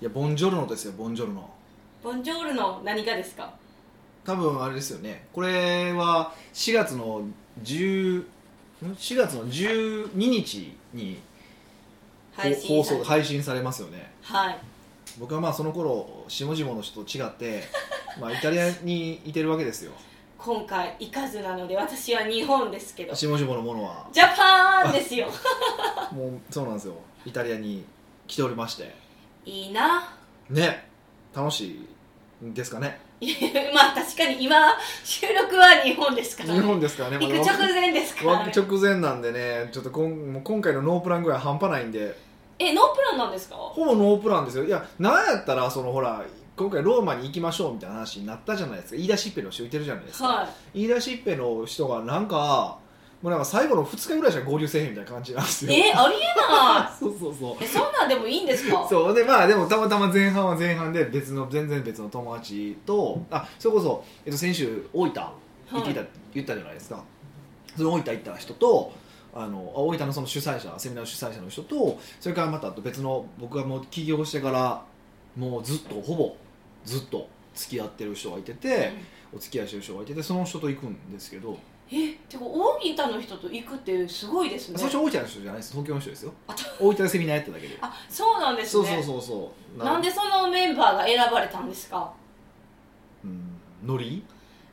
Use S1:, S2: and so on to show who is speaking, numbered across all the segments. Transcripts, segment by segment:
S1: いやボンジョルノですよボンジョルノ
S2: ボンジョールの何がですか
S1: 多分あれですよねこれは4月の10ん4月の12日に
S2: 配
S1: 放
S2: 信さ
S1: 送
S2: れ
S1: 配信されますよね
S2: はい
S1: 僕はまあその頃下々の人と違って まあイタリアにいてるわけですよ
S2: 今回行かずなので私は日本ですけどジ
S1: 下々のものは
S2: ャパンですよ
S1: もうそうなんですよイタリアに来ておりまして
S2: いいな
S1: ね楽しいですかね
S2: いやまあ確かに今収録は日本ですから、
S1: 日
S2: ね、
S1: 本ですからね
S2: 行
S1: まだ
S2: く直前ですから、ね、
S1: 枠直前なんでねちょっとこんもう今回のノープランぐらい半端ないんで
S2: えノープランなんですか
S1: ほぼノープランですよいやなんやったらそのほら今回ローマに行きましょうみたいな話になったじゃないですか言い出しっぺの人いてるじゃないですか、
S2: はい
S1: 言い出しっぺの人がなんかもうなんか最後の2日ぐらいしか合流せえへんみたいな感じなんですよ
S2: えありえな
S1: そうそうそう
S2: いえそんなんでもいいん ですか
S1: そうでまあでもたまたま前半は前半で別の全然別の友達とあそれこそ、えっと、先週大分行っていた、言ったじゃないですかその大分行った人とあのあ大分のその主催者セミナーの主催者の人とそれからまたあと別の僕がもう起業してからもうずっとほぼずっと付き合ってる人がいてて、お付き合いしてる人がいててその人と行くんですけど、
S2: えてか大分の人と行くってすごいですね
S1: 最初大分の人じゃないです東京の人ですよ
S2: あ
S1: 大分でセミナーやっただけで
S2: あそうなんです
S1: そう
S2: ね
S1: そうそうそう
S2: なんでそのメンバーが選ばれたんですか
S1: うんノリ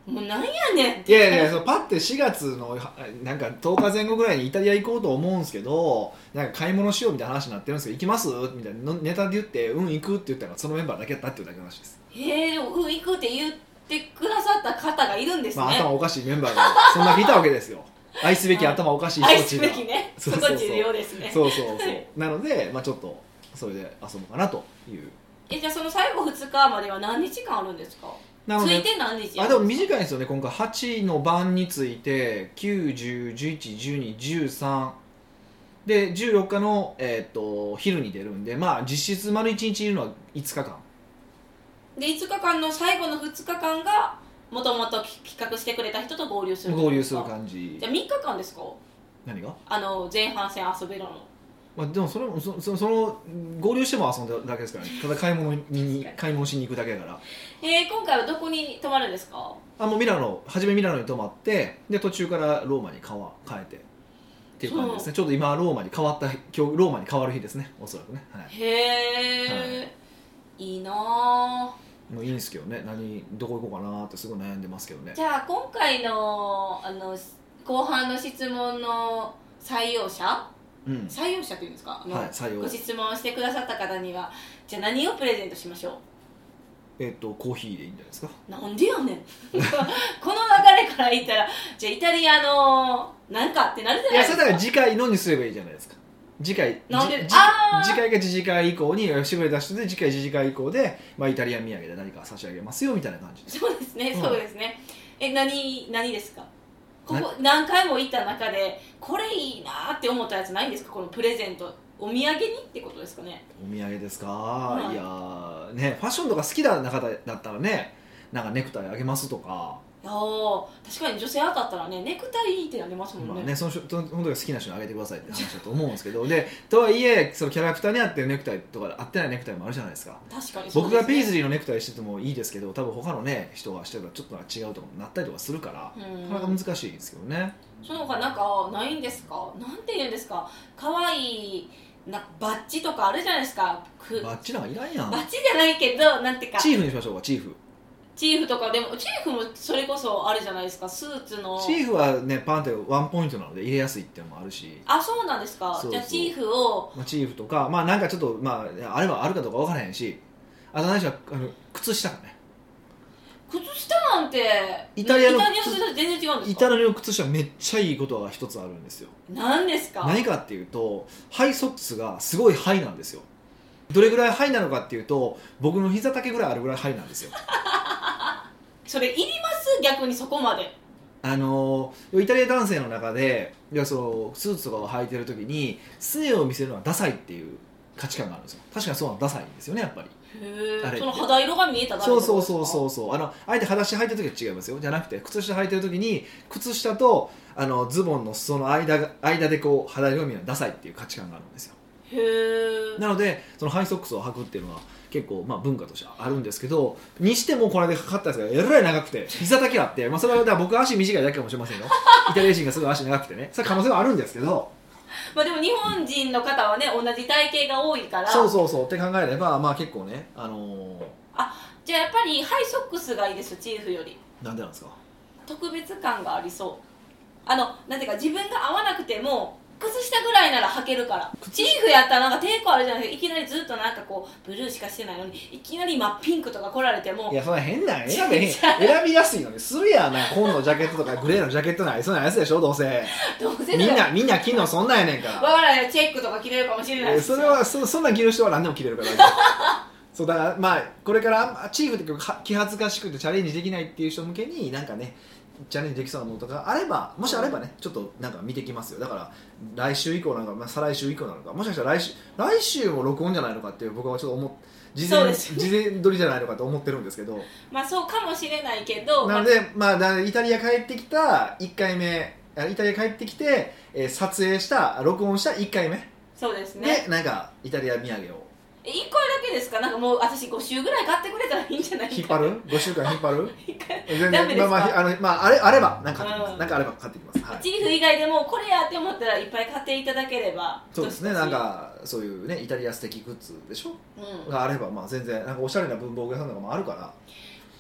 S2: もうなんやねん
S1: いやいやいやそのパッて4月のなんか10日前後ぐらいにイタリア行こうと思うんですけどなんか買い物しようみたいな話になってるんですけど行きますみたいなのネタで言ってうん行くって言ったらそのメンバーだけだったっていうだけの話です、
S2: えー、でもうん行くって言ってくださった方がいるんですね、
S1: まあ、頭おかしいメンバーがそんだけいたわけですよ愛すべき頭おかしい
S2: 愛
S1: 人たち
S2: す
S1: が
S2: べきね
S1: そ
S2: そう
S1: そう
S2: こ
S1: そう
S2: 重要ですね
S1: そうそう そうなので、まあ、ちょっとそれで遊ぼうかなという
S2: えじゃあその最後2日までは何日間あるんですか
S1: なの
S2: つ
S1: で
S2: いて何日
S1: あでも短いんですよね今回8の番について910111213で14日の、えー、と昼に出るんでまあ実質丸1日いるのは5日間
S2: で5日間の最後の2日間がもともと企画してくれた人と合流する
S1: 合流する感じ
S2: じゃあ3日間ですか
S1: 何が、
S2: あの前半戦遊べるの
S1: まあ、でもそれもそそその合流しても遊んだだけですからねただ買い物に買い物しに行くだけだから
S2: えー、今回はどこに泊まるんですか
S1: あもうミラノ初めミラノに泊まってで途中からローマに川変えてっていう感じですねちょうど今ローマに変わった日今日ローマに変わる日ですねおそらくね、はい、
S2: へえ、い、いなあ
S1: もういいんですけどね何どこ行こうかなってすごい悩んでますけどね
S2: じゃあ今回のあの後半の質問の採用者
S1: うん
S2: 採用者っていうんですか、あの
S1: はい採用
S2: ご質問してくださった方にはじゃあ何をプレゼントしましょ
S1: えっ、とコーヒーでいいんじゃないですか
S2: うなんでやねん この流れから言ったらじゃあイタリアのなんかってなるじゃ
S1: い
S2: な
S1: や
S2: いで
S1: それ
S2: すか
S1: だから次回のにすればいいじゃないですか次回
S2: なんで
S1: じじ
S2: あー
S1: 次回が次次回以降に渋谷出してで次回次次回以降で、まあ、イタリア土産で何か差し上げますよみたいな感じです
S2: そうですね
S1: うん
S2: そうですね、え何何ですかここ何回も行った中でこれいいなって思ったやつないんですかこのプレゼントお土産にってことですかね
S1: お土産ですか、
S2: い
S1: い、やーねファッションとか好きな方だったらねなんかネクタイあげますとか、
S2: いやー確かに女性当たったらねネクタイってなりますもんね,、
S1: まあね、その人その時は好きな人にあげてくださいって話だと思うんですけどでとはいえそのキャラクターに合ってるネクタイとか合ってないネクタイもあるじゃないですか
S2: 確かにそう
S1: 僕がペイ
S2: です
S1: ズ
S2: ね
S1: リーのネクタイしててもいいですけど多分他のね人がしてたらちょっとなんか違うとかなったりとかするから、
S2: うん
S1: なかなか難しいですけどね
S2: その他なんかないんですかなんて言うんですか可愛いなバッジとかあるじゃないですかく
S1: バッチなんかいらんや
S2: バ
S1: ん
S2: ッジじゃないけどなんていうか
S1: チーフにしましょうかチーフ
S2: チーフとかでもチーフもそれこそあるじゃないですかスーツの
S1: チーフはねパンってワンポイントなので入れやすいっていうのもあるし、
S2: あそうなんですか
S1: そうそう
S2: じゃあチーフを
S1: まあ、チーフとかまあなんかちょっとまああればあるかどうか分からへんしあと何しろあの靴下かね
S2: 靴下なんて
S1: イタリアの
S2: イタリアの人と全然違うん
S1: イ
S2: ですか
S1: タリアの靴下めっちゃいいことが一つあるんですよ
S2: 何ですか
S1: 何かっていうとハイソックスがすごいハイなんですよどれぐらいハイなのかっていうと僕の膝丈ぐらいあるぐらいハイなんですよ
S2: それいります逆にそこまで
S1: あのイタリア男性の中でいやそのスーツとかを履いてる時にすねを見せるのはダサいっていう価値観があるんですよ確かにそうなのダサいんですよねやっぱり
S2: へ
S1: あれ
S2: えその肌色が見えただけ
S1: そうそうそう
S2: う
S1: そうそうあのあえて裸足で履いてる時は違いますよじゃなくて靴下履いてる時に靴下とあのズボンの裾の間が間でこう肌色を見るのはダサいっていう価値観があるんですよ
S2: へえ
S1: なのでそのハイソックスを履くっていうのは結構まあ文化としてあるんですけどにしてもこの間かったやつがえらい長くて膝だけあって、まあ、それはだから僕は足短いだけかもしれませんよイタリア人がすごい足長くてねそれ可能性はあるんですけど
S2: まあでも日本人の方はね同じ体型が多いから
S1: そうそうそうって考えればまあ結構ねあの
S2: じゃあやっぱりハイソックスがいいですチーフより
S1: ーなんでなんですか
S2: 特別感がありそうあのなんていうか自分が合わなくても靴下ぐらいなら履けるからチーフやったらなんか抵抗あるじゃないですかいきなりずっとなんかこうブルーしかしてないのにいきなり真っピンクとか来られても
S1: いやそんな変なん選べへん選びやすいのにするやんなんか紺のジャケットとかグレーのジャケットなんそんなんやつでしょどうせ
S2: どうせ
S1: みん
S2: わ
S1: なみんな着んのそんなんやねんから
S2: からないチェックとか着れるかもしれな
S1: え
S2: い で
S1: ー
S2: すよ
S1: それはそそんなん着る人は何でも着れるから 大丈夫そうだからまあこれからあチーフって結構は気恥ずかしくてチャレンジできないっていう人向けになんかねチャレンジできそうなものとかあればもしあればねちょっとなんか見てきますよだから来週以降なのか、まあ、再来週以降なのかもしかしたら来週来週も録音じゃないのかっていう僕はちょっと思っ事
S2: そう
S1: 前
S2: です
S1: 事前撮りじゃないのかと思ってるんですけど
S2: まあそうかもしれないけど
S1: なので、まあ、だからイタリア帰ってきた1回目あイタリア帰ってきて、えー撮影した録音した1回目
S2: そうですね
S1: でなんかイタリア土産を
S2: え一個だけですかなんかもう私5週ぐらい買ってくれたらいいんじゃない
S1: 引っ張る5週間引っ張る
S2: 一回
S1: 全
S2: ダ
S1: 然
S2: メです
S1: ま
S2: か
S1: あまああの、まあ、あれあればなんか買ってきます、
S2: うん
S1: なんかあれば買ってきます、はい、
S2: チーフ以外でもこれやって思ったらいっぱい買っていただければ
S1: そうですね
S2: どしどし
S1: なんかそういうねイタリア素敵グッズでしょ
S2: うん
S1: があればまあ全然なんかおしゃれな文房具屋さんとかもあるか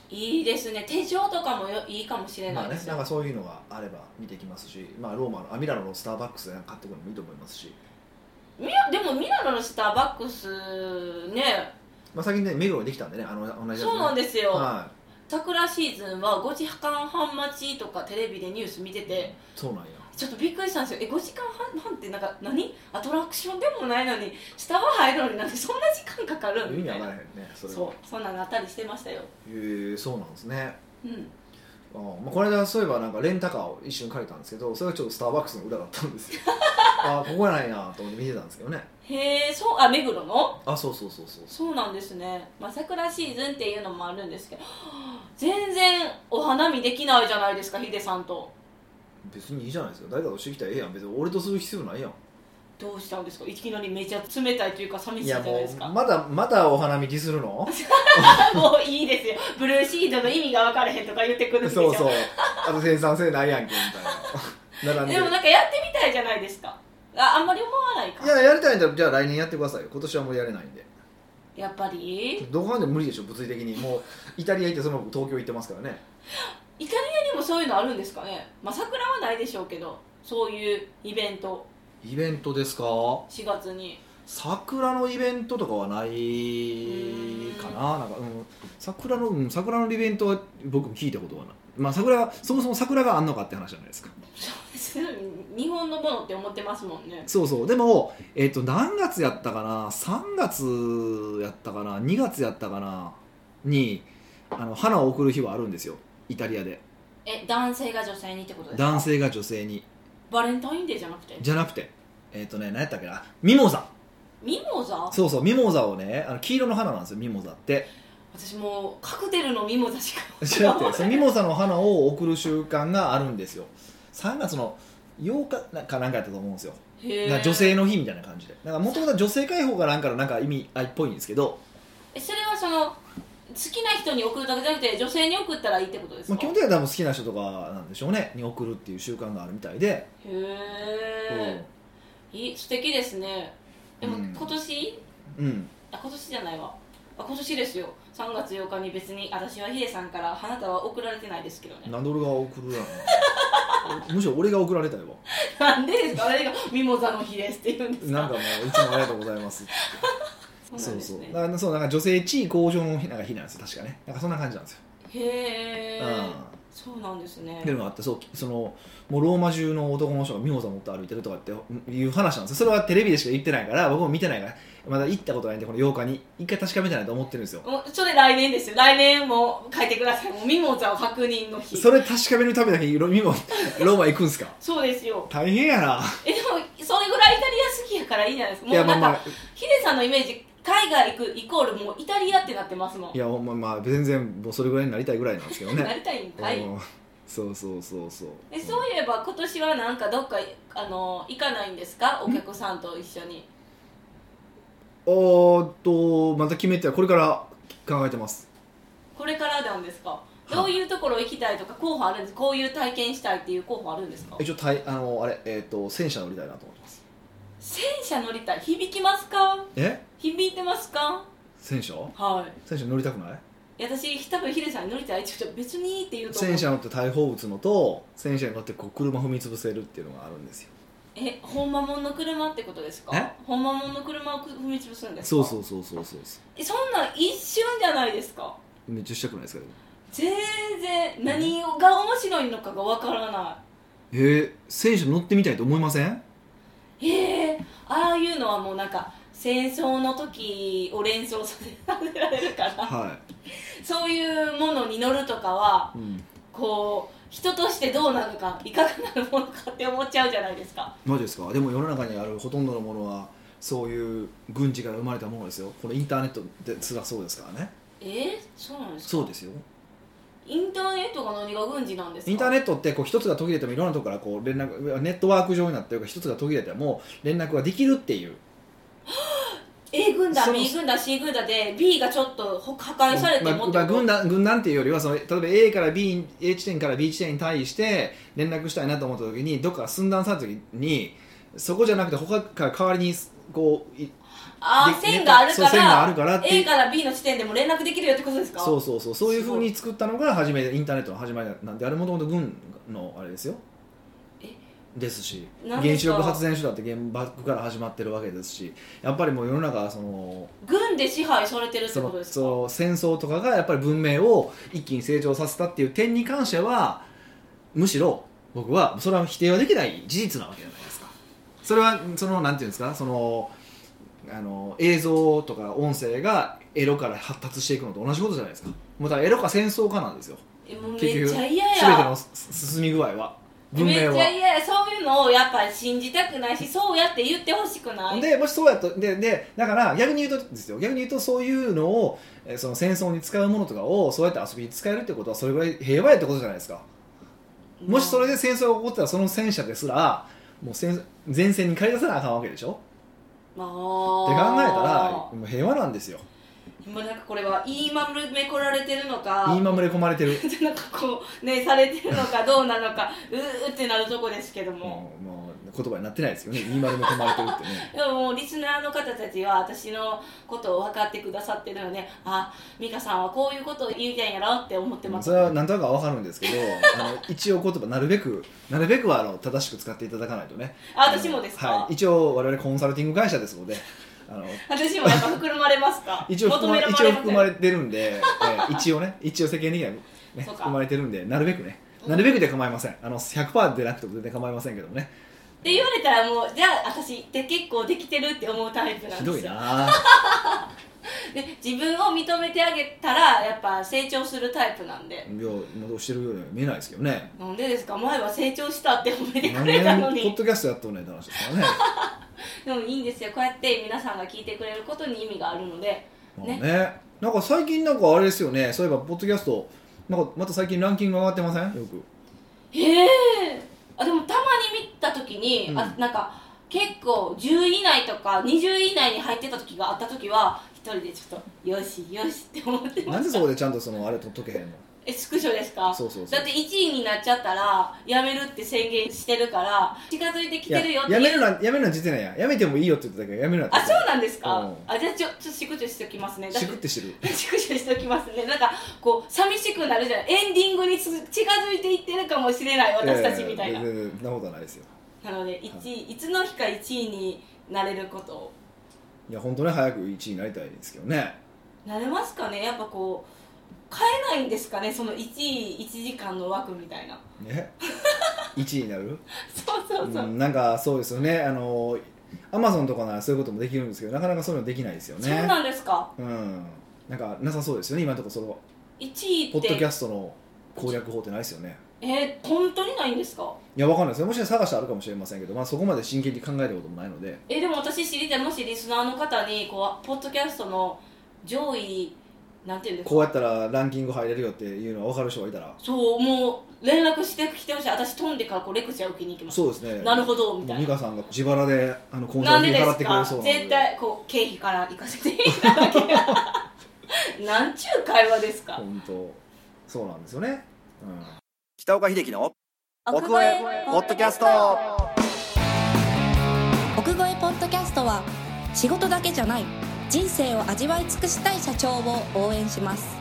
S2: いいですね手錠とかもよいいかもしれ
S1: ら
S2: な
S1: まあ
S2: い
S1: ね
S2: です
S1: な
S2: よ、
S1: んかそういうのがあれば見てきますしまあローマのあミラノのスターバックスでなんか買ってくるのもいいと思いますし
S2: ミラでもミラノのスターバックスね
S1: まあ最近ね目黒にできたんでねあの同じやつね
S2: そうなんですよ、
S1: は
S2: 桜シーズンは5時間半待ちとかテレビでニュース見て
S1: い
S2: て
S1: そうなんや
S2: ちょっとびっくりしたんですよえ5時間半ってなんか何アトラクションでもないのにスタバ入るのになんでそんな時間かかる
S1: 意
S2: み
S1: 味
S2: た
S1: わ
S2: い
S1: から
S2: な
S1: へんねそれは
S2: そうそんなのあったりしてましたよ
S1: へえそうなんですね
S2: うん
S1: あーまあ、この間そういえばなんかレンタカーを一瞬借りたんですけどそれがちょっとスターバックスの裏だったん ですよあーここやないなと思って見てたんですけどね
S2: へえそうあ目黒の
S1: あそうそうそうそう
S2: そうなんですね、まあ、桜シーズンっていうのもあるんですけど全然お花見できないじゃないですかヒデさんと
S1: 別にいいじゃないですか誰かとしてきたらええやん別に俺とする必要ないやん
S2: どうしたんですかいきなりめちゃ冷たいというか寂しいじゃないですか
S1: う
S2: も
S1: まだまだお花見きするの
S2: ういいですよブルーシートの意味が分からへんとか言ってくるんですよ
S1: そうそうあと生産性ないやんけみたいな並んで
S2: でもなんかやってみたいじゃないですかああんまり思わないか
S1: いややりたいんだったらじゃあ来年やってくださいよ今年はもうやれないんで
S2: やっぱり
S1: どこまでも無理でしょ物理的にもうイタリア行ってその後東京行ってますからね
S2: イタリアにもそういうのあるんですかねまあ桜はないでしょうけどそういうイベント
S1: イベントですか
S2: 4月に
S1: 桜のイベントとかはないかななんか、うん、桜の、うん、桜のイベントは僕も聞いたことはない、まあ、桜そもそも桜があんのかって話じゃないですか
S2: そうです日本のものって思ってますもんね
S1: そうそうでも、えっと何月やったかな3月やったかな2月やったかなにあの花を贈る日はあるんですよイタリアで
S2: え男性が女性にってことですか
S1: 男性が女性に
S2: バレンタインデーじゃなくて
S1: じゃなくてえっ、とね何やったっけなミモザ
S2: ミモザ
S1: そうそうミモザをねあの黄色の花なんですよミモザって
S2: 私もうカクテルのミモザしか
S1: 違って そのミモザの花を贈る習慣があるんですよ3月の8日なかなんかやったと思うんですよ
S2: へ
S1: なん
S2: ー
S1: か女性の日みたいな感じでなんかもともと女性解放がなんかのなんか意味合いっぽいんですけど、
S2: えそれはその好きな人に送るだけじゃなくて女性に送ったらいいってことですか、
S1: まあ、基本的には多分好きな人とかなんでしょうねに贈るっていう習慣があるみたいで、
S2: へえ、いい素敵ですねでも
S1: うん
S2: 今年、
S1: うんうん
S2: あ今年じゃないわあ今年ですよ3月8日に別に私はヒデさんから花束は送られてないですけどね
S1: 何ドルが贈るやろむしろ俺が贈られたよ
S2: なんでですか私がミモザの日ですって言うんですか
S1: なんかもういつもありがとうございますって
S2: そう
S1: そう
S2: なんです
S1: そう
S2: ね
S1: だからそうなんか女性地位向上の日なんか日なんですよ確かねなんかそんな感じなんですよ、
S2: へえ
S1: うん
S2: そうなんですね
S1: っていうのがあってそうそのもうローマ中の男の人がミモザ持って歩いてるとかっていう話なんですよそれはテレビでしか言ってないから僕も見てないからまだ行ったことないんでこの8日に一回確かめてないと思ってるんですよ
S2: もうそれ来年ですよ来年も書いてくださいもうミモザを確認の日
S1: それ確かめるためだけにロミモローマ行くんすか
S2: そうですよ
S1: 大変やな
S2: えでもそれぐらいイタリア好きやからいいじゃないですか
S1: い
S2: も
S1: や
S2: う
S1: まあ
S2: なん
S1: ま
S2: か
S1: あ
S2: ヒデさんのイメージ海外行くイコールもうイタリアってなってますもん
S1: いやほんままあ全然もうそれぐらいになりたいぐらいなんですけど
S2: な
S1: ね
S2: りたいんかい
S1: うんそうそうそうそう
S2: えそういえば今年はなんかどっかあの行かないんですかお客さんと一緒に
S1: おーっとまた決めてはこれから考えてます
S2: これからなんですか
S1: い
S2: どういうところ行きたいとか候補あるんですこういう体験したいっていう候補あるんですか
S1: 一応たいあのあれえーっと戦車乗りたいなと思ってます
S2: 戦車乗りたい響きますか
S1: え
S2: 響いてますか
S1: 戦車
S2: はい
S1: 戦車乗りたくない
S2: いや私多分ヒデさんに乗りたいちょっと別にって言うと思う
S1: 戦車乗って大砲撃つのと戦車に乗ってこう車踏み潰せるっていうのがあるんですよ
S2: え本間もんの車ってことですか
S1: え
S2: 本間もんの車を踏み潰すんです
S1: そ
S2: か
S1: うそううそうそうそうそ
S2: そんなん一瞬じゃないですか
S1: うめっちゃしたくないですかでも
S2: 全然何が面白いのかがわからな
S1: えー、戦車乗ってみたいと思いません
S2: いええああいうのはもうなんか戦争の時を連想させられるから
S1: は、
S2: そういうものに乗るとかはい
S1: うん、
S2: こう人としてどうなのかいかがなるものかって思っちゃうじゃないですか
S1: マジですかでも世の中にあるほとんどのものはそういう軍事から生まれたものですよこのインターネットですらそうですからね
S2: えー、そうなんですか
S1: そうですよ
S2: インターネットが何が軍事なんですか
S1: インター
S2: ッ
S1: ネットってこう一つが途切れてもいろんなところからこう連絡ネットワーク上になってるから一つが途切れても連絡ができるっていう
S2: A 軍団
S1: その
S2: B 軍団 C 軍団で B がちょっとほ破壊されて
S1: まあ
S2: もって
S1: まあ軍団軍団っていうよりはその例えば A から B A 地点から B 地点に対して連絡したいなと思った時にどっかが寸断された時にそこじゃなくて他から代わりにこうい
S2: ああ
S1: で
S2: 線がある
S1: そ
S2: か
S1: う線がある
S2: ら
S1: からっていう
S2: A から B の地点でも連絡できるよってことですか
S1: そうそうそうそういうふうに作ったのが初めてインターネットの始まりなんであれもともと軍のあれですよ
S2: え
S1: ですし
S2: なん
S1: 原
S2: で
S1: 子
S2: すか
S1: 力発電所だって原爆から始まってるわけですしやっぱりもう世の中はその
S2: 軍で支配されてるって
S1: そ
S2: こと
S1: の
S2: ですか
S1: そう戦争とかがやっぱり文明を一気に成長させたっていう点に関してはむしろ僕はそれは否定はできない事実なわけじゃないですかそれはそのなんていうんですかそのあの映像とか音声がエロから発達していくのと同じことじゃないですかもうだからエロか戦争かなんですよ
S2: えもうめっ
S1: 結局
S2: ちゃ嫌
S1: 全ての
S2: や
S1: す進み具合は文
S2: めっ
S1: 明
S2: ちゃ
S1: は
S2: 嫌やそういうのをやっぱり信じたくないしそうやって言ってほしくない
S1: でもしそうやとででだから逆に言うとですよ逆に言うとそういうのをえーその戦争に使うものとかをそうやって遊びに使えるってことはそれぐらい平和やってことじゃないですかもしそれで戦争が起こったらその戦車ですらもう戦前線に駆り出さなあかんわけでしょ
S2: まあ
S1: って考えたらもう平和なんですよ
S2: もうなんかこれは言いまめこられてるのか
S1: 言いまむれ込まれてる
S2: なんかこうねされてるのかどうなのかうーってなるとこですけども、
S1: もうもう言葉になってないですよね言いまむれ込まれてるってね
S2: でももうリスナーの方たちは私のことを分かってくださってるのであ美香さんはこういうことを 言うてんやろって思ってます
S1: それは何となくは分かるんですけどあの一応言葉なるべくなるべくはあの正しく使っていただかないとね
S2: あ私もですか、
S1: はい、一応我々コンサルティング会社ですのであの
S2: 私もやっぱ含まれますか
S1: 一応含ま
S2: 求
S1: 一応
S2: められます
S1: 含まれてるんで、えー一応ね一応世間的には、ね、
S2: そうか
S1: 含まれてるんでなるべくね
S2: うん
S1: なるべくで構いませんあの100%でなくても全然構いませんけどもね
S2: って言われたらもうじゃあ私って結構できてるって思うタイプなん
S1: ひ
S2: で
S1: どい
S2: すよ
S1: な
S2: で自分を認めてあげたらやっぱ成長するタイプなんで、
S1: いや戻してるようには見えないですけどね
S2: なんでですか前は成長したって褒めてく
S1: 何
S2: れ
S1: 年
S2: たの
S1: ポッ
S2: に
S1: ドキャストやっとんねんって話ですからね
S2: でもいいんですよこうやって皆さんが聞いてくれることに意味があるので
S1: まあねなんか最近なんかあれですよねそういえばポッドキャストなんかまた最近ランキング上がってませんよく
S2: へえあでもたまに見た時に、
S1: うん
S2: あなんか結構10位以内とか20位以内に入ってた時があった時は一人でちょっとよしよしって思ってま
S1: なん
S2: す
S1: でそこでちゃんとそのあれ取っとけへんの
S2: えスクショですか
S1: そうそうそう
S2: だって1位になっちゃったらやめるって宣言してるから近づいてき
S1: いや
S2: てるよってい
S1: や
S2: う
S1: めるなやめるなんて言ってないやんやめてもいいよって言ってたけどやめるなんて
S2: あ
S1: 言って
S2: そ
S1: な
S2: う
S1: い
S2: なんですか、
S1: うん
S2: あじゃあちょちょっと縮小しておきますねだっ
S1: してくってして る
S2: 縮小しておきますねなんかこう寂しくなるじゃないエンディングにつ近づいていってるかもしれない私たちみたい
S1: やや
S2: な、
S1: や全然そんなことはないですよ
S2: なので一位、い、つの日か1位になれることを
S1: いや本当ね早く1位になりたいですけどね
S2: なれますかねやっぱこう変えないんですかねその1位1時間の枠みたいな
S1: ね1位になる
S2: そうそうそう、
S1: ん、なんかそうですよねあのアマゾンとかならそういうこともできるんですけどなかなかそういうのできないですよ
S2: そう
S1: ね
S2: なんですか
S1: うんなんかなさそうですよね今のところその
S2: 1位
S1: ポ
S2: っ
S1: ッドキ
S2: て
S1: ャストの攻略法ってないですよね
S2: えー、本当にないんですか
S1: いやわかんないですよもしかしたら探してあるかもしれませんけど、まあ、そこまで真剣に考えたこともないので
S2: えーでも私知りたいもしリスナーの方にこうポッドキャストの上位なんていうんですか
S1: こうやったらランキング入れるよっていうのは分かる人がいたら
S2: そうもう連絡してきてほしい私飛んでからこうレクチャー受けに行きます
S1: そうですね
S2: なるほどみた
S1: もう
S2: い
S1: 美
S2: な
S1: 香さんが自腹であのコンサ
S2: な
S1: ル
S2: んで
S1: 費払
S2: です
S1: ってくれる
S2: か
S1: そうなんで
S2: 絶対こう経費から行かせていただけなんちゅう会話ですか
S1: 本当そうなんですよね、うん、
S3: 北岡秀樹の奥越えポッドキャスト
S4: 奥越えポッドキャストは仕事だけじゃない人生を味わい尽くしたい社長を応援します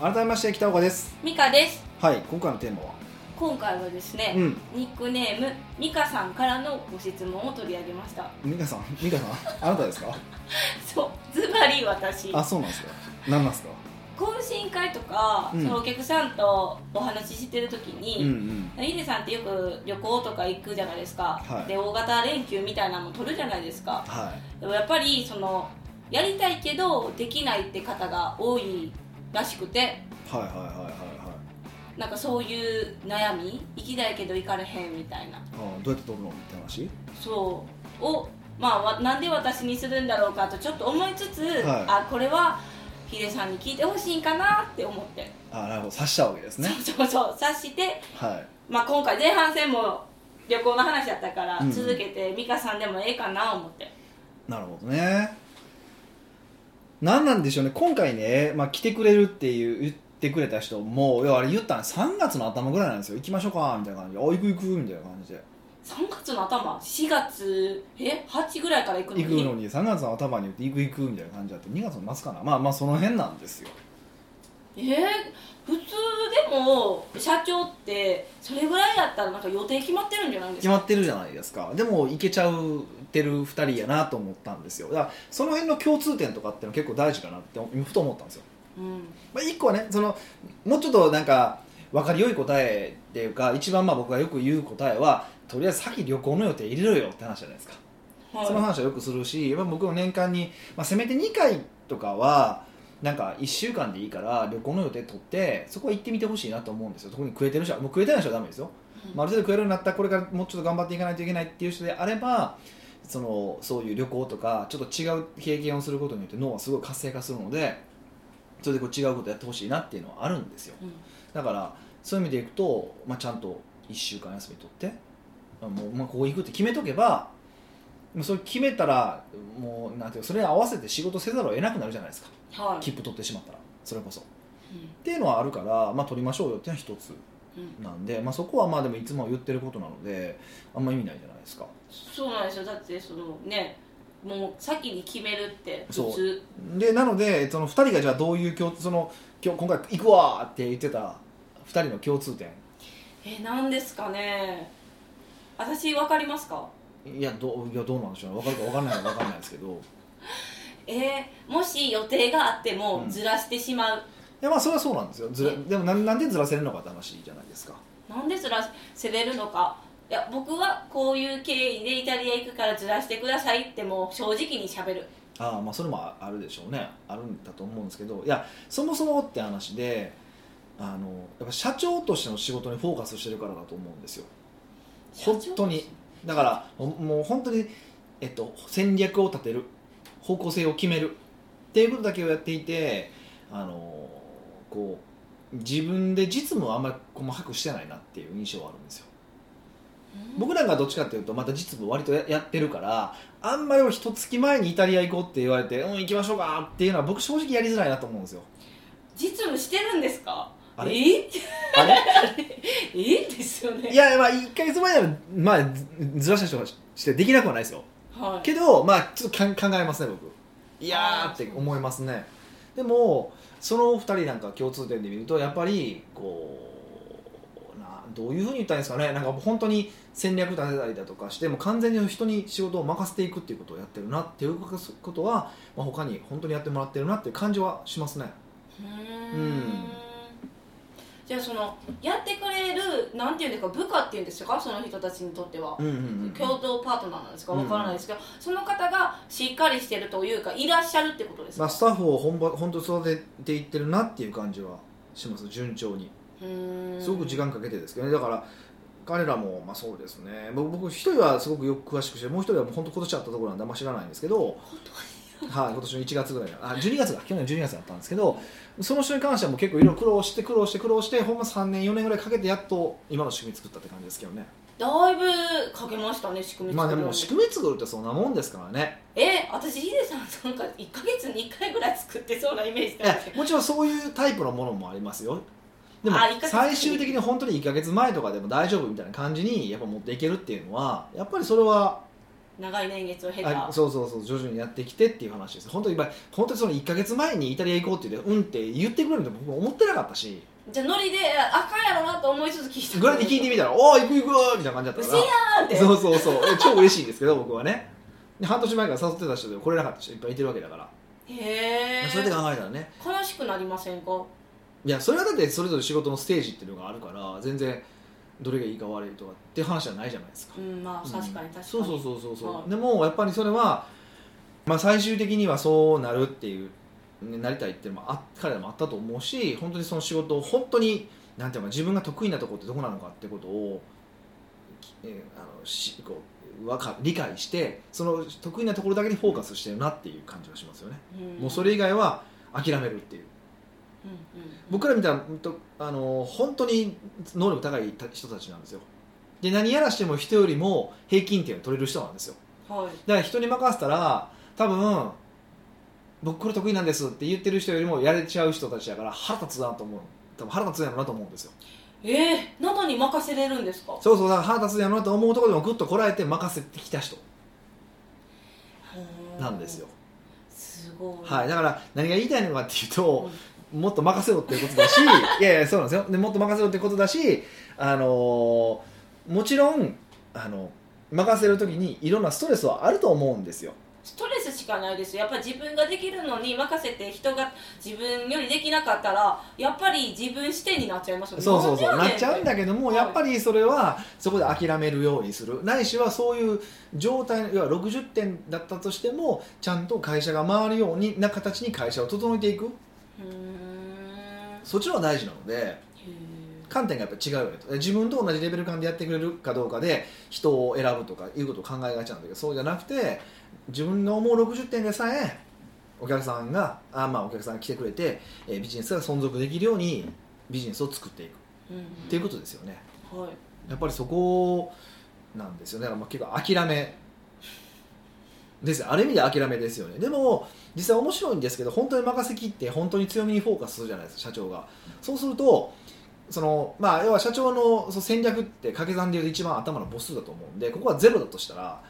S1: 改めまして北岡です
S2: ミカです
S1: はい今回のテーマは
S2: 今回はですね、
S1: うん
S2: ニックネームミカさんからのご質問を取り上げました
S1: 美香さん美香さんあなたですか
S2: そうズバリ私
S1: あそうなんですか何なんですか
S2: 懇親会とか、
S1: うん
S2: そのお客さんとお話ししてる時
S1: うんう
S2: に、
S1: ん
S2: ヒデさんってよく旅行とか行くじゃないですか、
S1: はい
S2: で大型連休みたいなのも取るじゃないですか
S1: は
S2: でもやっぱりそのやりたいけどできないって方が多いらしくて
S1: いはいはいはいはいはい
S2: なんかそういう悩み行きたいけど行かれへんみたいな
S1: あどうやって撮るのって話
S2: そうを、まあわ、なんで私にするんだろうかとちょっと思いつつ、
S1: はい
S2: あこれはヒデさんに聞いてほしいんかなって思って、
S1: あなるほど刺したわけですね
S2: そうそう察して、
S1: はい
S2: まあ、今回前半戦も旅行の話だったから
S1: うん
S2: 続けて美香さんでもええかな思って、
S1: なるほどね何なんでしょうね今回ね、まあ、来てくれるっていう言ってくれた人もいやあれ言ったの3月の頭ぐらいなんですよ行きましょうかみたいな感じであ行く行くみたいな感じで
S2: 3月の頭4月え8ぐらいから行くのに
S1: 行くのに3月の頭に言って行く行くみたいな感じだって2月の末かなまあまあその辺なんですよ
S2: えー、普通でも社長ってそれぐらいやったらなんか予定決まってるんじゃないんです
S1: 決
S2: か
S1: まってるじゃないですかでも行けちゃうてる2人やなと思ったんですよだからその辺の共通点とかっていうの結構大事かなって今ふと思ったんですよ
S2: うん
S1: まあ、1個はねそのもうちょっとなんか分かりよい答えっていうか一番まあ僕がよく言う答えはとりあえず先旅行の予定入れろよって話じゃないですか、
S2: はい
S1: その話はよくするしやっぱ僕も年間に、まあ、せめて2回とかはなんか1週間でいいから旅行の予定取ってそこは行ってみてほしいなと思うんですよ特に食えてる人はもう食えてない人はダメですよ、
S2: うん
S1: まあ、ある程度食えるようになったらこれからもうちょっと頑張っていかないといけないっていう人であればそのそういう旅行とかちょっと違う経験をすることによって脳はすごい活性化するのでそれでこう違うことやってほしいなっていうのはあるんですよ
S2: うん
S1: だからそういう意味でいくと、まあ、ちゃんと1週間休み取ってあもう、まあ、ここ行くって決めとけばもうそれ決めたらもうなんていうかそれに合わせて仕事せざるを得なくなるじゃないですか
S2: はい、
S1: 切符取ってしまったらそれこそっていうのはあるから、まあ、取りましょうよっていうのは一つ
S2: うんうん
S1: なんで、まあ、そこはまあでもいつも言ってることなのであんま意味ないじゃないですか
S2: そうなんですよだってそのねもう先に決めるって普
S1: そう
S2: 通
S1: でなのでその2人がじゃあどういう共その今日今回行くわーって言ってた2人の共通点
S2: えなんですかね私わかりますか
S1: いやどういやどうなんでしょうね分かるか分かんないか分かんないですけど
S2: えー、もし予定があっても
S1: うん
S2: ずらしてしまう、
S1: いやまあそれはそうなんですよずれ
S2: うん
S1: でもなんなんでずらせるのかって話じゃないですか
S2: なんでずらせれるのかいや僕はこういう経緯でイタリア行くからずらしてくださいってもう正直にしゃべる
S1: ああまあそれもああるでしょうねあるんだと思うんですけどいやそもそもって話であのやっぱ社長としての仕事にフォーカスしてるからだと思うんですよ本当にだからもうもう本当に、えっと、戦略を立てる方向性を決めるっていうことだけをやっていてあのこう自分で実務をあんまり細かくしてないなっていう印象はあるんですよ僕なんかどっちかっていうとまた実務割とややってるからあんまり俺一月前にイタリア行こうって言われてうん行きましょうかっていうのは僕正直やりづらいなと思うんですよ
S2: 実務してるんですか
S1: あれ
S2: え
S1: あれ
S2: えですよね
S1: いやまあ1か月前ならまあずずらした人はししてできなくはないですよ
S2: はい、
S1: けどまあちょっとかん考えますね僕いやーって思いますねでもその2人なんか共通点で見るとやっぱりこうなどういうふうに言ったらいいんですかねなんか本当に戦略立てたりだとかしてもう完全に人に仕事を任せていくっていうことをやってるなっていうことは、まあ、他に本当にやってもらってるなっていう感じはしますね
S2: うー
S1: うん
S2: んじゃあそのやってくれるなんていうんですか部下っていうんですかその人たちにとっては
S1: うんうんうん
S2: 共同パートナーなんですか
S1: うん
S2: わからないですけど、その方がしっかりしてるというかいらっしゃるってことですか、
S1: まあ、スタッフを本場本当に育てていってるなっていう感じはします順調に
S2: うーん
S1: すごく時間かけてですけどねだから彼らもまあそうですね僕僕一人はすごくよく詳しくしてもう一人はもう本当今年あったところなんであんま知らないんですけど
S2: 本当に
S1: はい、今年の1月ぐらいあ12月だ去年の12月だったんですけどその人に関してはもう結構いろいろ苦労して苦労して苦労してほんま3年4年ぐらいかけてやっと今の仕組み作ったって感じですけどね
S2: だいぶかけましたね仕組み
S1: まあで
S2: 作るのに
S1: も仕組み作るってそんなもんですからね
S2: え私ヒデさんなんか1か月に1回ぐらい作ってそうなイメージ
S1: い
S2: だ
S1: や
S2: ったけど
S1: もちろんそういうタイプのものもありますよでも
S2: あ一ヶ月
S1: 最終的に本当に1か月前とかでも大丈夫みたいな感じにやっぱ持っていけるっていうのはやっぱりそれは
S2: 長い年月を経
S1: あ
S2: た
S1: そうそうそう徐々にやってきてっていう話です本当に今本当にその1か月前にイタリア行こうって言ってうんって言ってくれると僕も思ってなかった し
S2: じゃあノリであかんやろなと思いつつ聞いた
S1: ぐらいで聞いてみた ら「おー行く行く!」みたいな感じだっ
S2: う
S1: た
S2: せ
S1: か
S2: や
S1: ら
S2: ーって
S1: そうそうそうえ超嬉しいんですけど僕はねで半年前から誘ってた人でも来れなかった人いっぱいいてるわけだから、
S2: へえ
S1: それで考えたらね
S2: 悲しくなりませんか
S1: いやそれはだってそれぞれ仕事のステージっていうのがあるから全然どれがいいか悪いとかっていう話じゃないじゃないですか
S2: うんまあ確かに確かに、
S1: そうそうそうそうそう、
S2: はい
S1: でもやっぱりそれは、まあ、最終的にはそうなるっていうねなりたいっていうのもあ彼らもあったと思うし本当にその仕事を本当になんていうのか自分が得意なところってどこなのかってことを、きえーあのしこうわか理解してその得意なところだけにフォーカスしてるなっていう感じがしますよね、
S2: うん
S1: もうそれ以外は諦めるっていう
S2: うんうん
S1: 僕ら見たらうんとあの本当に能力高い人たちなんですよで何やらしても人よりも平均点を取れる人なんですよ
S2: はい
S1: だから人に任せたら多分僕これ得意なんですって言ってる人よりもやれちゃう人たちだから腹立つなと思う多分腹立つんやろうなと思うんですよ
S2: ええー、喉に任せれるんですか
S1: そうそうだから腹立つんやろうなと思うところでもグッとこらえて任せてきた人
S2: う
S1: なんですよ、
S2: すごい
S1: はい、だから何が言いたいのかっていうと、もっと任せろっていうことだしいやいやそうなんですよでもっと任せろってことだし、あのーもちろんあの任せるときにいろんなストレスはあると思うんですよ
S2: ストレスしかないですよやっぱり自分ができるのに任せて人が自分よりできなかったらやっぱり自分視点になっちゃいますよね
S1: そうそうそう
S2: な
S1: な
S2: で
S1: っちゃうんだけども、
S2: はい
S1: やっぱりそれはそこで諦めるようにするないしはそういう状態要は60点だったとしてもちゃんと会社が回るようにな形に会社を整えていく
S2: うーん
S1: そっちの方が大事なので観点がやっぱ違うよねと自分と同じレベル感でやってくれるかどうかで人を選ぶとかいうことを考えがちなんだけどそうじゃなくて自分の思う60点でさえお客さんがあまあお客さんが来てくれて、えービジネスが存続できるようにビジネスを作っていく
S2: うん
S1: っていうことですよね
S2: はい
S1: やっぱりそこなんですよねだからまあ結構諦めですよある意味で諦めですよねでも実際面白いんですけど本当に任せきって本当に強みにフォーカスするじゃないですか社長がそうするとそのまあ要は社長のその戦略って掛け算でいうと一番頭の母数だと思うんでここはゼロだとしたら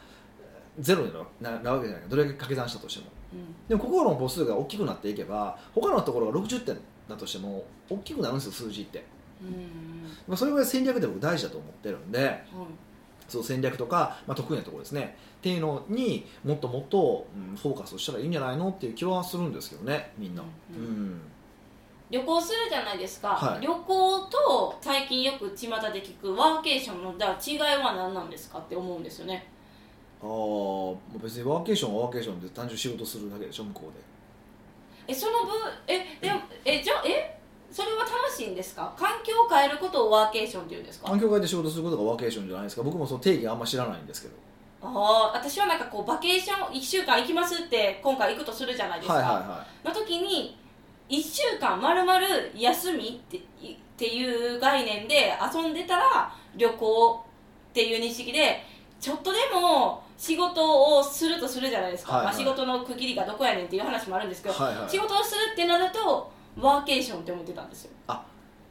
S1: ゼロになななわけじゃないかどれだけ掛け算したとしても
S2: うん
S1: でもここの母数が大きくなっていけば他のところが60点だとしても大きくなるんですよ数字って、
S2: うん
S1: まあ、それぐらい戦略で僕大事だと思ってるんで
S2: はい
S1: そう戦略とか、まあ、得意なところですねっていうのにもっともっと、うんフォーカスをしたらいいんじゃないのっていう気はするんですけどねみんな、
S2: う
S1: うんん
S2: うん旅行するじゃないですか、
S1: はい
S2: 旅行と最近よく巷で聞くワーケーションのだから違いは何なんですかって思うんですよね
S1: あーまあ別にワーケーションはワーケーションで単純に仕事するだけでしょ向こうで
S2: えその分えでもえじゃあえそれは楽しいんですか環境を変えることをワーケーションっていうんですか
S1: 環境外で仕事することがワーケーションじゃないですか僕もその定義あんま知らないんですけど
S2: ああ私はなんかこうバケーション1週間行きますって今回行くとするじゃないですか、
S1: はいはいは
S2: の時に1週間まるまる休みっていっていう概念で遊んでたら旅行っていう認識でちょっとでも仕事をするとするじゃないですか、
S1: はいはい
S2: まあ、仕事の区切りがどこやねんっていう話もあるんですけど、
S1: はいはい
S2: 仕事をするってなるとワーケーションって思ってたんですよ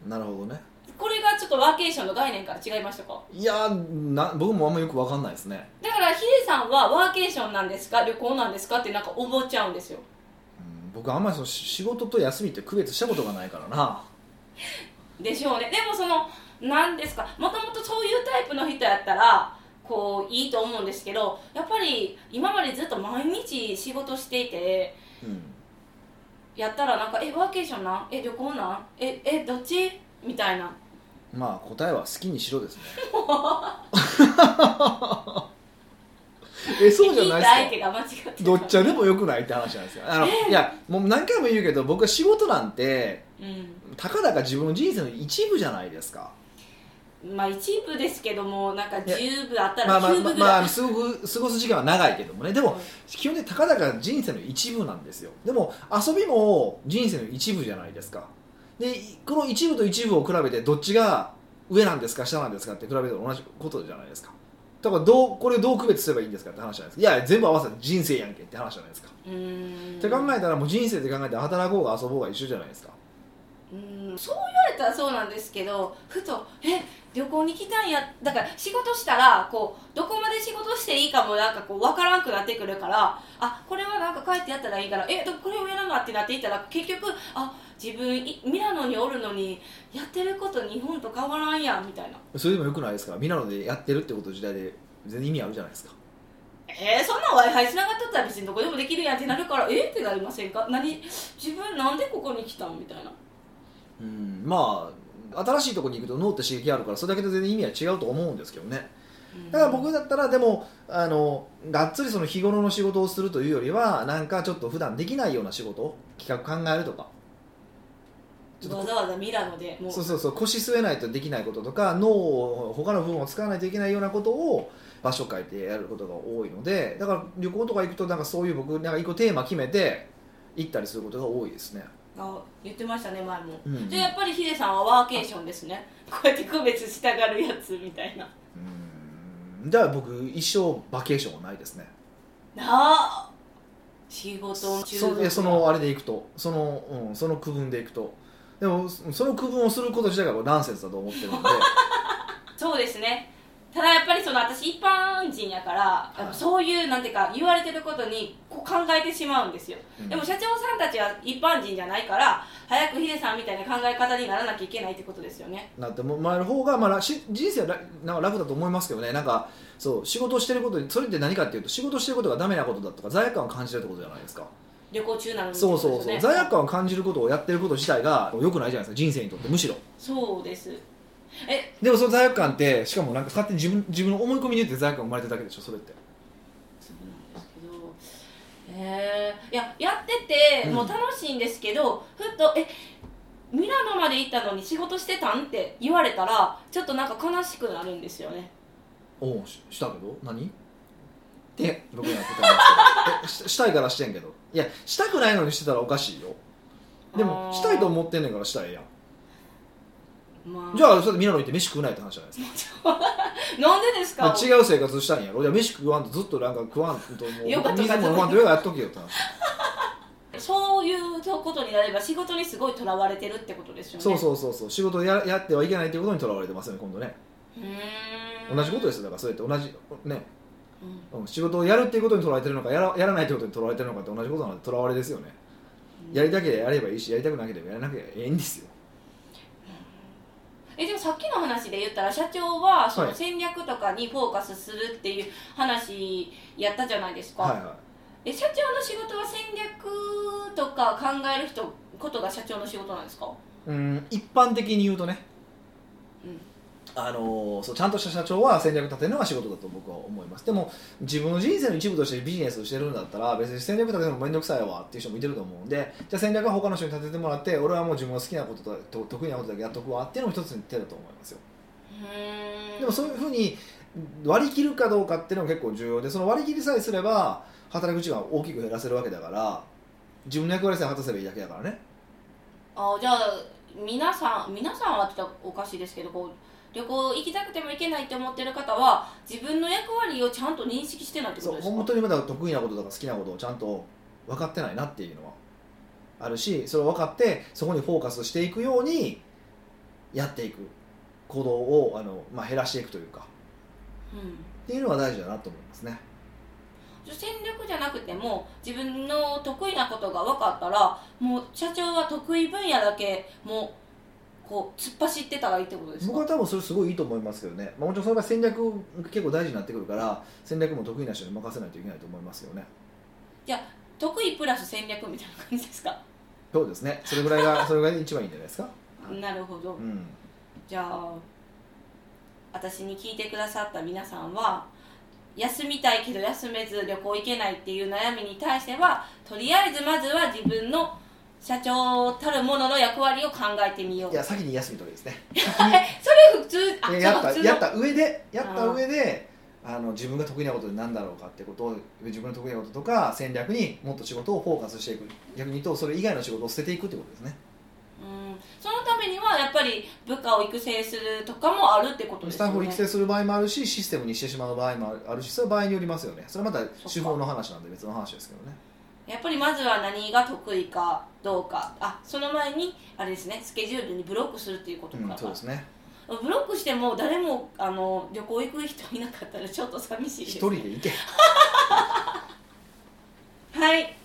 S1: いなるほどね
S2: これがちょっとワーケーションの概念から違いましたか
S1: いやーな僕もあんまよくわかんないですね、
S2: だからヒデさんはワーケーションなんですか旅行なんですかってなんか思っちゃうんですよ
S1: うん、僕あんまりその仕仕事と休みって区別したことがないからな
S2: でしょうねでもその何ですかもともとそういうタイプの人やったらこういいと思うんですけどやっぱり今までずっと毎日仕事していて
S1: うん
S2: やったらなんか「えワーケーションなんえ旅行なんええどっち?」みたいな
S1: まあ答えは好きにしろです ねえそうじゃ
S2: 聞
S1: ないい
S2: た
S1: で
S2: 相手が間違って
S1: すか
S2: た
S1: どっちゃでもよくないって話なんですよあの、いやもう何回も言うけど僕は仕事なんて
S2: うん
S1: たかだか自分の人生の一部じゃないですか
S2: まあ一部ですけどもなんか10部あった
S1: まあ
S2: ら
S1: まあま
S2: 9
S1: あ
S2: 部ぐ
S1: ま
S2: らい
S1: あ、すごく過ごす時間は長いけどもねでも、
S2: うん
S1: 基本的にたかだか人生の一部なんですよでも遊びも人生の一部じゃないですかでこの一部と一部を比べてどっちが上なんですか下なんですかって比べても同じことじゃないですかだからどうこれをどう区別すればいいんですかって話じゃないですかいや全部合わせたら人生やんけって話じゃないですか、
S2: うーん
S1: って考えたらもう人生って考えたら働こうが遊ぼうが一緒じゃないですか
S2: うんそう言われたらそうなんですけどふと「え旅行に来たんや」だから仕事したらこうどこまで仕事していいかもなんかこう分からなくなってくるからあこれはなんか帰ってやったらいいからえこれをやらなってなっていったら結局あ自分いミラノにおるのにやってること日本と変わらんやんみたいな
S1: それでもよくないですかミラノでやってるってこと自体で全然意味あるじゃないですか
S2: えー、そんな w i f i 繋がっとったら別にどこでもできるやんってなるからえー、ってなりませんか何自分なんでここに来たんみたいな
S1: うんまあ新しいところに行くと脳って刺激あるからそれだけで全然意味は違うと思うんですけどねだから僕だったらでもあのがっつりその日頃の仕事をするというよりはなんかちょっと普段できないような仕事企画考えるとかちょっと
S2: わざわざミラノでもう
S1: そうそうそう腰据えないとできないこととか脳を他の部分を使わないといけないようなことを場所変えてやることが多いのでだから旅行とか行くとなんかそういう僕なんか一個テーマ決めて行ったりすることが多いですね、
S2: あ言ってましたね前も、
S1: うん
S2: じゃあやっぱりヒデさんはワーケーションですねこうやって区別したがるやつみたいな
S1: うんだから僕一生バケーションはないですね
S2: なあ仕事中
S1: そいやそのあれでいくとその,、うん、その区分でいくとでもそその区分をすること自体が僕ナンセンスだと思ってるんで
S2: そうですねただやっぱりその私一般人やから、やっぱそういうなんていうか言われてることにこう考えてしまうんですよ、
S1: うん
S2: でも社長さんたちは一般人じゃないから早くヒデさんみたいな考え方にならなきゃいけないってことですよね
S1: なっても前の方が、まあら、し人生はらなんか楽だと思いますけどねなんかそう仕事してることにそれって何かっていうと仕事してることがダメなことだとか罪悪感を感じるってことじゃないですか
S2: 旅行中なのにって
S1: そ
S2: こ
S1: う
S2: と
S1: そう
S2: です
S1: そう
S2: ね
S1: 罪悪感を感じることをやってること自体が良くないじゃないですか人生にとってむしろ
S2: そうですえ
S1: でもその罪悪感ってしかもなんか勝手に自分自分の思い込みによって罪悪感生まれてるだけでしょそれって
S2: そうなんですけどえー、いややってて
S1: うん
S2: もう楽しいんですけど、ふっと「えミラノまで行ったのに仕事してたん?」って言われたらちょっとなんか悲しくなるんですよね
S1: おうししたけど何って僕には答えますけどえししたいからしてんけどいやしたくないのにしてたらおかしいよでも
S2: あー
S1: したいと思ってんねんからしたらええやん
S2: ま
S1: じゃあそれでミラノ行って飯食うないって話じゃないですか
S2: なんでです
S1: ま
S2: か
S1: あ、違う生活したいんやろじゃあ飯食わんとずっとなんか食わんともう
S2: ヨガと
S1: 水
S2: か
S1: も飲まんとヨガやっとけよ って話
S2: そういうことになれば仕事にすごいとらわれてるってことですよね
S1: そう
S2: う
S1: そうそうそう仕事ややってはいけないということにとらわれてますよね今度ね
S2: ーん、
S1: 同じことですすよだからそれって同じね、
S2: うん
S1: うん、仕事をやるっていうことにとらわれてるのかやらやらないということにとらわれてるのかって同じことなのでとらわれですよねやりたければやればいいしやりたくなければやらなければええんですよ
S2: えでもさっきの話で言ったら社長はそ
S1: は
S2: の
S1: い
S2: 戦略とかにフォーカスするっていう話やったじゃないですか、
S1: はいは
S2: え社長の仕事は戦略とか考える人ことが社長の仕事なんですか
S1: いうん一般的に言うとね、
S2: うん
S1: あのーそうちゃんとした社長は戦略立てるのが仕事だと僕は思いますでも自分の人生の一部としてビジネスをしてるんだったら別に戦略立てるの面倒くさいわっていう人もいてると思うんでじゃあ戦略は他の人に立ててもらって俺はもう自分の好きなこととと得意なことだけやっとくわっていうのも一つの手だと思いますよでもそういうふうに割り切るかどうかっていうのが結構重要でその割り切りさえすれば働く時間を大きく減らせるわけだから自分の役割さえ果たせばいいだけだからね
S2: あじゃあ皆さん皆さんはって言ったらおかしいですけどこう旅行行きたくても行けないって思ってる方は自分の役割をちゃんと認識してないってこ
S1: そ
S2: と
S1: う
S2: ですか
S1: 本当にまだ得意なこととか好きなことをちゃんと分かってないなっていうのはあるしそれを分かってそこにフォーカスしていくようにやっていく行動をあの、まあ、減らしていくというか
S2: うん
S1: っていうのは大事だなと思いますね
S2: じゃあ戦略じゃなくても自分の得意なことが分かったらもう社長は得意分野だけもうこう突っ走ってたらいいってことですか
S1: 僕は多分それすごいいいと思いますけどね、まあ、もちろんそれは戦略結構大事になってくるから戦略も得意な人に任せないといけないと思いますよね
S2: 得意プラス戦略みたいな感じですか
S1: そうですねそれぐらいがそれぐらいで一番いいんじゃないですか
S2: なるほど
S1: うん
S2: じゃあ私に聞いてくださった皆さんは休みたいけど休めず旅行行けないっていう悩みに対してはとりあえずまずは自分の社長たるものの役割を考えてみよう
S1: いや先に休み取れですね
S2: それ普通あ
S1: え
S2: そ
S1: や
S2: う
S1: っ
S2: か
S1: た
S2: 普通
S1: や
S2: の
S1: った上でやった上であの自分が得意なことで何だろうかってことを自分の得意なこととか戦略にもっと仕事をフォーカスしていく逆に言うとそれ以外の仕事を捨てていくってことですね
S2: うんそのためにはやっぱり部下を育成するとかもあるってことです
S1: ス
S2: よ
S1: タ
S2: ね
S1: ッフを育成する場合もあるしシステムにしてしまう場合もあるしそれは場合によりますよねそれはまた手法の話なんで別の話ですけどね
S2: やっぱりまずは何が得意かどうかあその前にあれですねスケジュールにブロックするっていうことか
S1: う
S2: ら、
S1: んそうですね
S2: ブロックしても誰もあの旅行行く人いなかったらちょっと寂しいで
S1: 一
S2: す
S1: 人で行け
S2: はい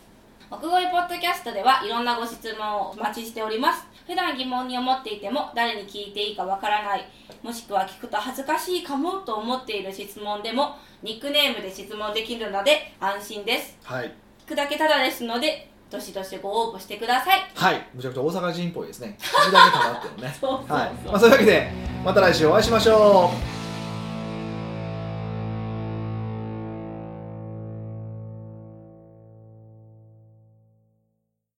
S2: 奥越えポッドキャストではいろんなご質問をお待ちしております普段疑問に思っていても誰に聞いていいかわからないもしくは聞くと恥ずかしいかもと思っている質問でもニックネームで質問できるので安心です
S1: はい
S2: 聞くだけただですのでどしどしご応募してください
S1: はいむちゃくちゃ大 阪人っぽいですね口だけかなっていうのね
S2: そうそうそう
S1: はいまあ、そういうわけでまた来週お会いしましょう